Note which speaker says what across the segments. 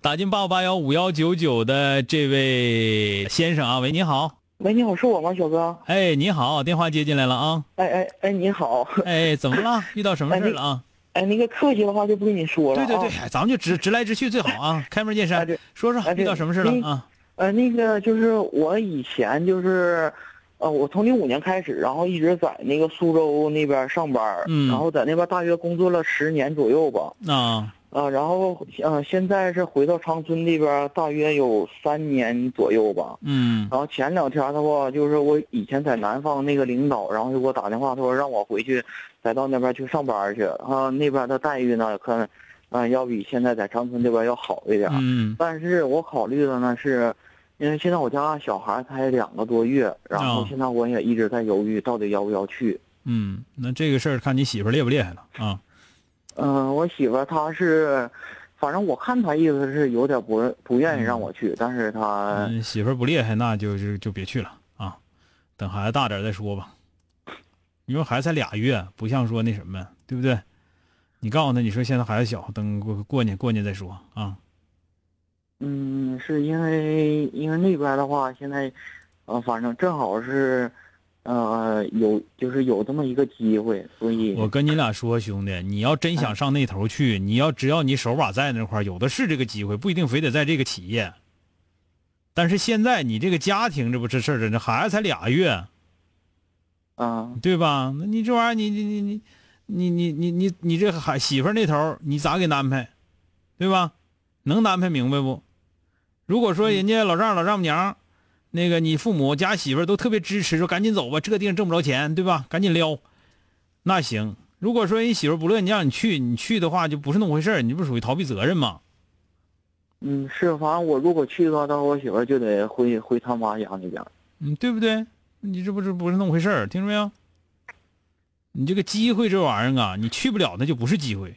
Speaker 1: 打进八五八幺五幺九九的这位先生啊，喂，你好，
Speaker 2: 喂，你好，是我吗，小哥？
Speaker 1: 哎，你好，电话接进来了啊，
Speaker 2: 哎哎哎，你好，
Speaker 1: 哎，怎么了？遇到什么事儿了啊？
Speaker 2: 哎，那个客气的话就不跟你说了、
Speaker 1: 对
Speaker 2: 啊。
Speaker 1: 对对，咱们就直直来直去最好啊，开门见
Speaker 2: 哎
Speaker 1: 山
Speaker 2: 对，
Speaker 1: 说说
Speaker 2: 哎对
Speaker 1: 遇到什么事了啊？
Speaker 2: 呃，那个就是我以前就是，呃，我从零五年开始，然后一直在那个苏州那边上班，
Speaker 1: 嗯
Speaker 2: 然后在那边大约工作了十年左右吧，
Speaker 1: 啊，
Speaker 2: 啊、然后呃，现在是回到长春这边，大约有三年左右吧。
Speaker 1: 嗯
Speaker 2: 然后前两天的话，就是我以前在南方那个领导，然后就给我打电话，他说让我回去，再到那边去上班去。啊，那边的待遇呢，可能，啊、要比现在在长春这边要好一点。
Speaker 1: 嗯
Speaker 2: 但是我考虑的呢是，因为现在我家小孩才两个多月，然后
Speaker 1: 哦
Speaker 2: 现在我也一直在犹豫，到底要不要去。
Speaker 1: 嗯，那这个事儿看你媳妇儿厉不厉害了啊？
Speaker 2: 嗯、我媳妇儿她是，反正我看她意思是有点不不愿意让我去，但是她，
Speaker 1: 嗯，媳妇儿不厉害，那就就就别去了啊，等孩子大点儿再说吧。因为孩子才俩月，不像说那什么，对不对？你告诉他，你说现在孩子小，等过过年过年再说啊。
Speaker 2: 嗯，是因为因为那边的话，现在，呃，反正正好是，呃，有就是有这么一个机会，所以
Speaker 1: 我跟你俩说，兄弟，你要真想上那头去，你要只要你手把在那块儿，有的是这个机会，不一定非得在这个企业。但是现在你这个家庭，这不是事儿，这孩子才俩月，
Speaker 2: 嗯、
Speaker 1: 对吧？那你这玩意儿，你你你你你你你你你这孩媳妇儿那头儿，你咋给安排，对吧？能安排明白不？如果说人家老丈人老丈母娘，那个你父母家媳妇儿都特别支持，说赶紧走吧，这地方挣不着钱，对吧？赶紧撩，那行。如果说人媳妇儿不乐意让你去，你去的话就不是那么回事儿，你这不是属于逃避责任吗？
Speaker 2: 嗯，是，反正我如果去的话，到时候我媳妇儿就得回回她妈家那边。
Speaker 1: 嗯，对不对？你这不是不是那么回事儿，听着没有？你这个机会这玩意儿啊，你去不了那就不是机会，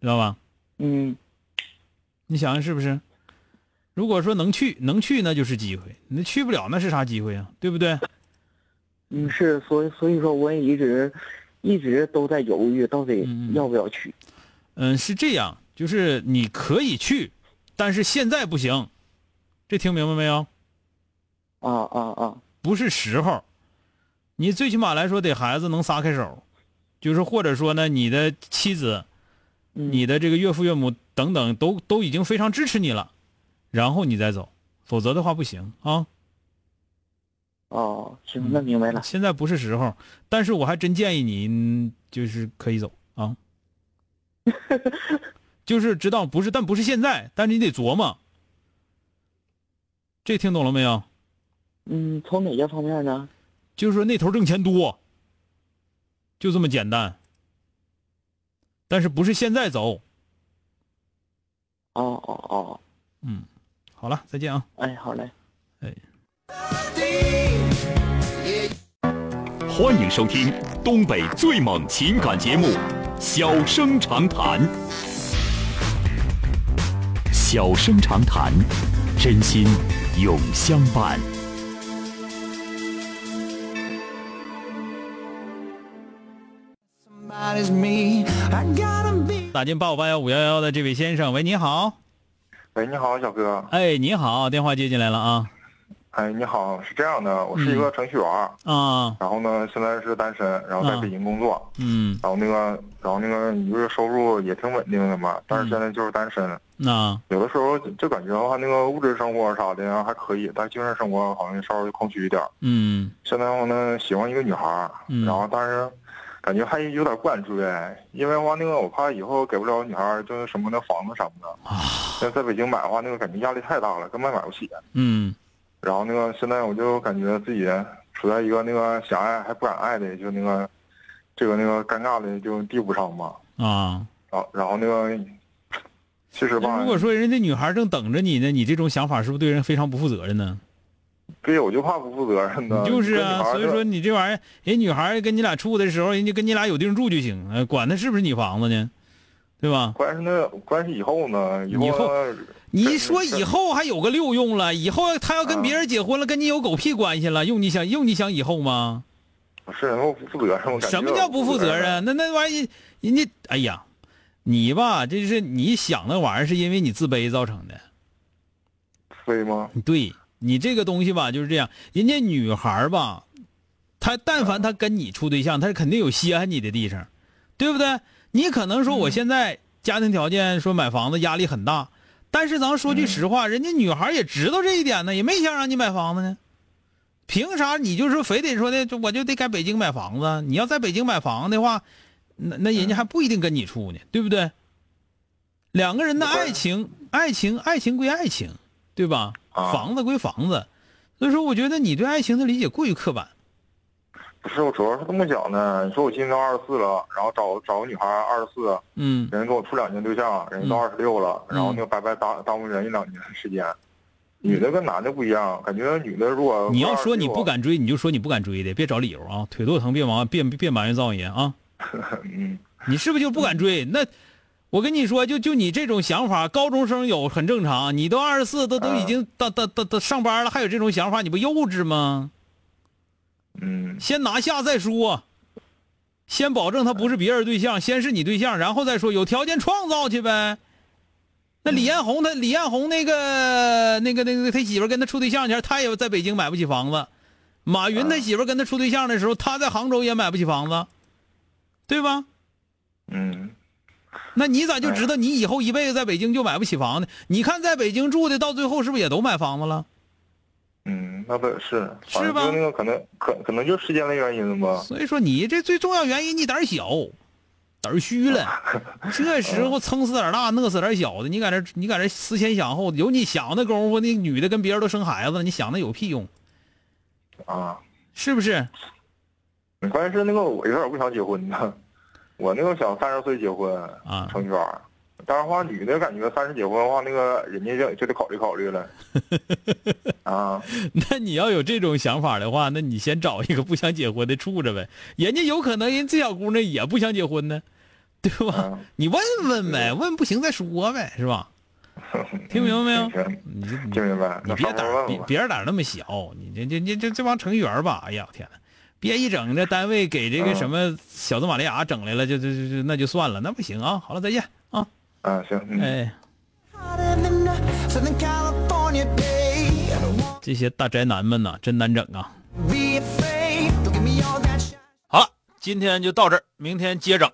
Speaker 1: 知道吧？
Speaker 2: 嗯
Speaker 1: 你想想是不是？如果说能去，能去那就是机会；那去不了那是啥机会啊？对不对？
Speaker 2: 嗯，是，所以所以说我也一直一直都在犹豫，到底
Speaker 1: 嗯嗯
Speaker 2: 要不要去。
Speaker 1: 嗯，是这样，就是你可以去，但是现在不行。这听明白没有？
Speaker 2: 啊啊啊！
Speaker 1: 不是时候。你最起码来说，得孩子能撒开手，就是或者说呢，你的妻子、
Speaker 2: 嗯
Speaker 1: 你的这个岳父岳母等等，都都已经非常支持你了，然后你再走，否则的话不行啊。嗯
Speaker 2: 哦，行，那明白了。
Speaker 1: 现在不是时候，但是我还真建议你，嗯就是可以走啊。就是知道不是，但不是现在，但是你得琢磨。这听懂了没有？
Speaker 2: 嗯，从哪些方面呢？
Speaker 1: 就是说那头挣钱多，就这么简单。但是不是现在走？
Speaker 2: 哦哦哦，
Speaker 1: 嗯，好了，再见啊。
Speaker 2: 哎，好嘞。
Speaker 3: 欢迎收听东北最猛情感节目《小生长谈》。小生长谈，真心永相伴。
Speaker 4: Somebody's me. I gotta be.
Speaker 1: 打进八五八幺五幺幺的这位先生，喂，你好。
Speaker 5: 喂，你好，小哥。
Speaker 1: 哎，你好，电话接进来了啊
Speaker 5: 哎，你好，是这样的，我
Speaker 1: 嗯
Speaker 5: 是一个程序员儿，
Speaker 1: 啊，
Speaker 5: 然后呢，现在是单身，然后在
Speaker 1: 嗯
Speaker 5: 北京工作，
Speaker 1: 嗯
Speaker 5: 然后那个，然后那个，你就是收入也挺稳定的嘛，但是
Speaker 1: 嗯
Speaker 5: 现在就是单身，
Speaker 1: 那
Speaker 5: 有的时候就感觉的话，那个物质生活啥的还可以，但精神生活好像稍微空虚一点儿。
Speaker 1: 嗯
Speaker 5: 现在我呢喜欢一个女孩儿，
Speaker 1: 嗯
Speaker 5: 然后但是感觉还有点惯追，因为的话那个我怕以后给不了女孩儿，就是什么的房子什么的。
Speaker 1: 啊
Speaker 5: 现在在北京买的话，那个感觉压力太大了，根本买不起。
Speaker 1: 嗯
Speaker 5: 然后那个现在我就感觉自己处在一个那个想爱还不敢爱的，就那个这个那个尴尬的就地步上吧。
Speaker 1: 啊。
Speaker 5: 然后然后那个其实
Speaker 1: 那
Speaker 5: 吧
Speaker 1: 哎如，果说人家女孩正等着你呢，你这种想法是不是对人非常不负责任呢？
Speaker 5: 对我就怕不负责任的，
Speaker 1: 就是
Speaker 5: 跟女
Speaker 1: 啊，
Speaker 5: 孩儿
Speaker 1: 所以
Speaker 5: 就
Speaker 1: 说你这玩意儿，人女孩跟你俩处的时候，人家跟你俩有地方住就行，哎，管她是不是你房子呢，对吧？
Speaker 5: 关键是那关键是以后呢，以后
Speaker 1: 以后
Speaker 5: 呢
Speaker 1: 你一说以后还有个六用了，以后她
Speaker 5: 啊
Speaker 1: 要跟别人结婚了，跟你有狗屁关系了，用你想用你想以后吗？
Speaker 5: 是能够不负责任，我感觉
Speaker 1: 什么叫不负责任？那那玩意人家哎呀，你吧，这是你想那玩意儿是因为你自卑造成的。
Speaker 5: 对吗？
Speaker 1: 对你这个东西吧，就是这样。人家女孩儿吧，她但凡她跟你处对象，她是肯定有稀罕你的地方，对不对？你可能说我现在家庭条件说买房子压力很大，但是咱说句实话，人家女孩儿也知道这一点呢，也没想让你买房子呢。凭啥你就说非得说的，就我就得在北京买房子？你要在北京买房的话，那那人家还不一定跟你处呢，对不对？两个人的
Speaker 5: 那关
Speaker 1: 爱情，爱情，爱情归爱情，对吧？
Speaker 5: 啊
Speaker 1: 房子归房子，所以说我觉得你对爱情的理解过于刻板。
Speaker 5: 不是，我主要是这么想的。你说我今年都二十四了，然后找找个女孩二十四，
Speaker 1: 嗯，
Speaker 5: 人家跟我处两年对象，人家都二十六了，
Speaker 1: 嗯
Speaker 5: 然后那个白白耽耽误人一两年时间。女的跟男的不一样，感觉女的如果
Speaker 1: 你要说你
Speaker 5: 26
Speaker 1: 不，敢追，你就说你不敢追的，别找理由啊！腿肚子疼别埋别别埋怨造爷啊！
Speaker 5: 嗯，
Speaker 1: 你是不是就不敢追？那我跟你说，就就你这种想法，高中生有很正常。你都二十四，都都已经到到到到上班了，还有这种想法，你不幼稚吗？
Speaker 5: 嗯，
Speaker 1: 先拿下再说，先保证他不是别人对象，先是你对象，然后再说。有条件创造去呗。那李彦宏他李彦宏那个那个那个他媳妇儿跟他处对象前，他也在北京买不起房子。马云他媳妇儿跟他处对象的时候，他在杭州也买不起房子，对吧？
Speaker 5: 嗯，
Speaker 1: 那你咋就知道你以后一辈子在北京就买不起房呢？你看在北京住的，到最后是不是也都买房子了？
Speaker 5: 嗯，那倒是，
Speaker 1: 是
Speaker 5: 反正
Speaker 1: 吧
Speaker 5: 就那个可能可可能就时间的原因吧。
Speaker 1: 所以说你这最重要原因，你胆儿小，胆儿虚了。这时候撑死胆儿大，饿死胆儿小的，你在这你在这思前想后，有你想的功夫，那女的跟别人都生孩子了，你想那有屁用？
Speaker 5: 啊，
Speaker 1: 是不是？
Speaker 5: 关键是那个我有点不想结婚呢，我那个想三十岁结婚
Speaker 1: 啊
Speaker 5: 成圈儿。但是话，女的感觉三十结婚的话，那个人家就就得考虑考 虑了。啊，
Speaker 1: 那你要有这种想法的话，那你先找一个不想结婚的处着呗。人家有可能人这小姑娘也不想结婚呢，对吧？
Speaker 5: 嗯，
Speaker 1: 你问问呗，问不行再说呗，是吧？听明白没有
Speaker 5: 嗯行
Speaker 1: 你这你
Speaker 5: 听明白？
Speaker 1: 你
Speaker 5: 那
Speaker 1: 别
Speaker 5: 稍
Speaker 1: 胆
Speaker 5: 后
Speaker 1: 儿，
Speaker 5: 问
Speaker 1: 别
Speaker 5: 问吧。
Speaker 1: 别人胆儿那么小，你这这这这这帮成员吧，哎呀天呐，别一整这单位给这个
Speaker 5: 嗯
Speaker 1: 什么小德玛利亚整来了，就就就就那就算了，那不行啊！好了，再见啊！
Speaker 5: 嗯，行，嗯。
Speaker 1: 哎，
Speaker 4: Hotter than a Southern California day. I don't want
Speaker 1: 这些大宅男们呐、真难整啊！
Speaker 4: to be afraid. Don't give me all that shit.
Speaker 1: 好了，今天就到这儿，明天接整。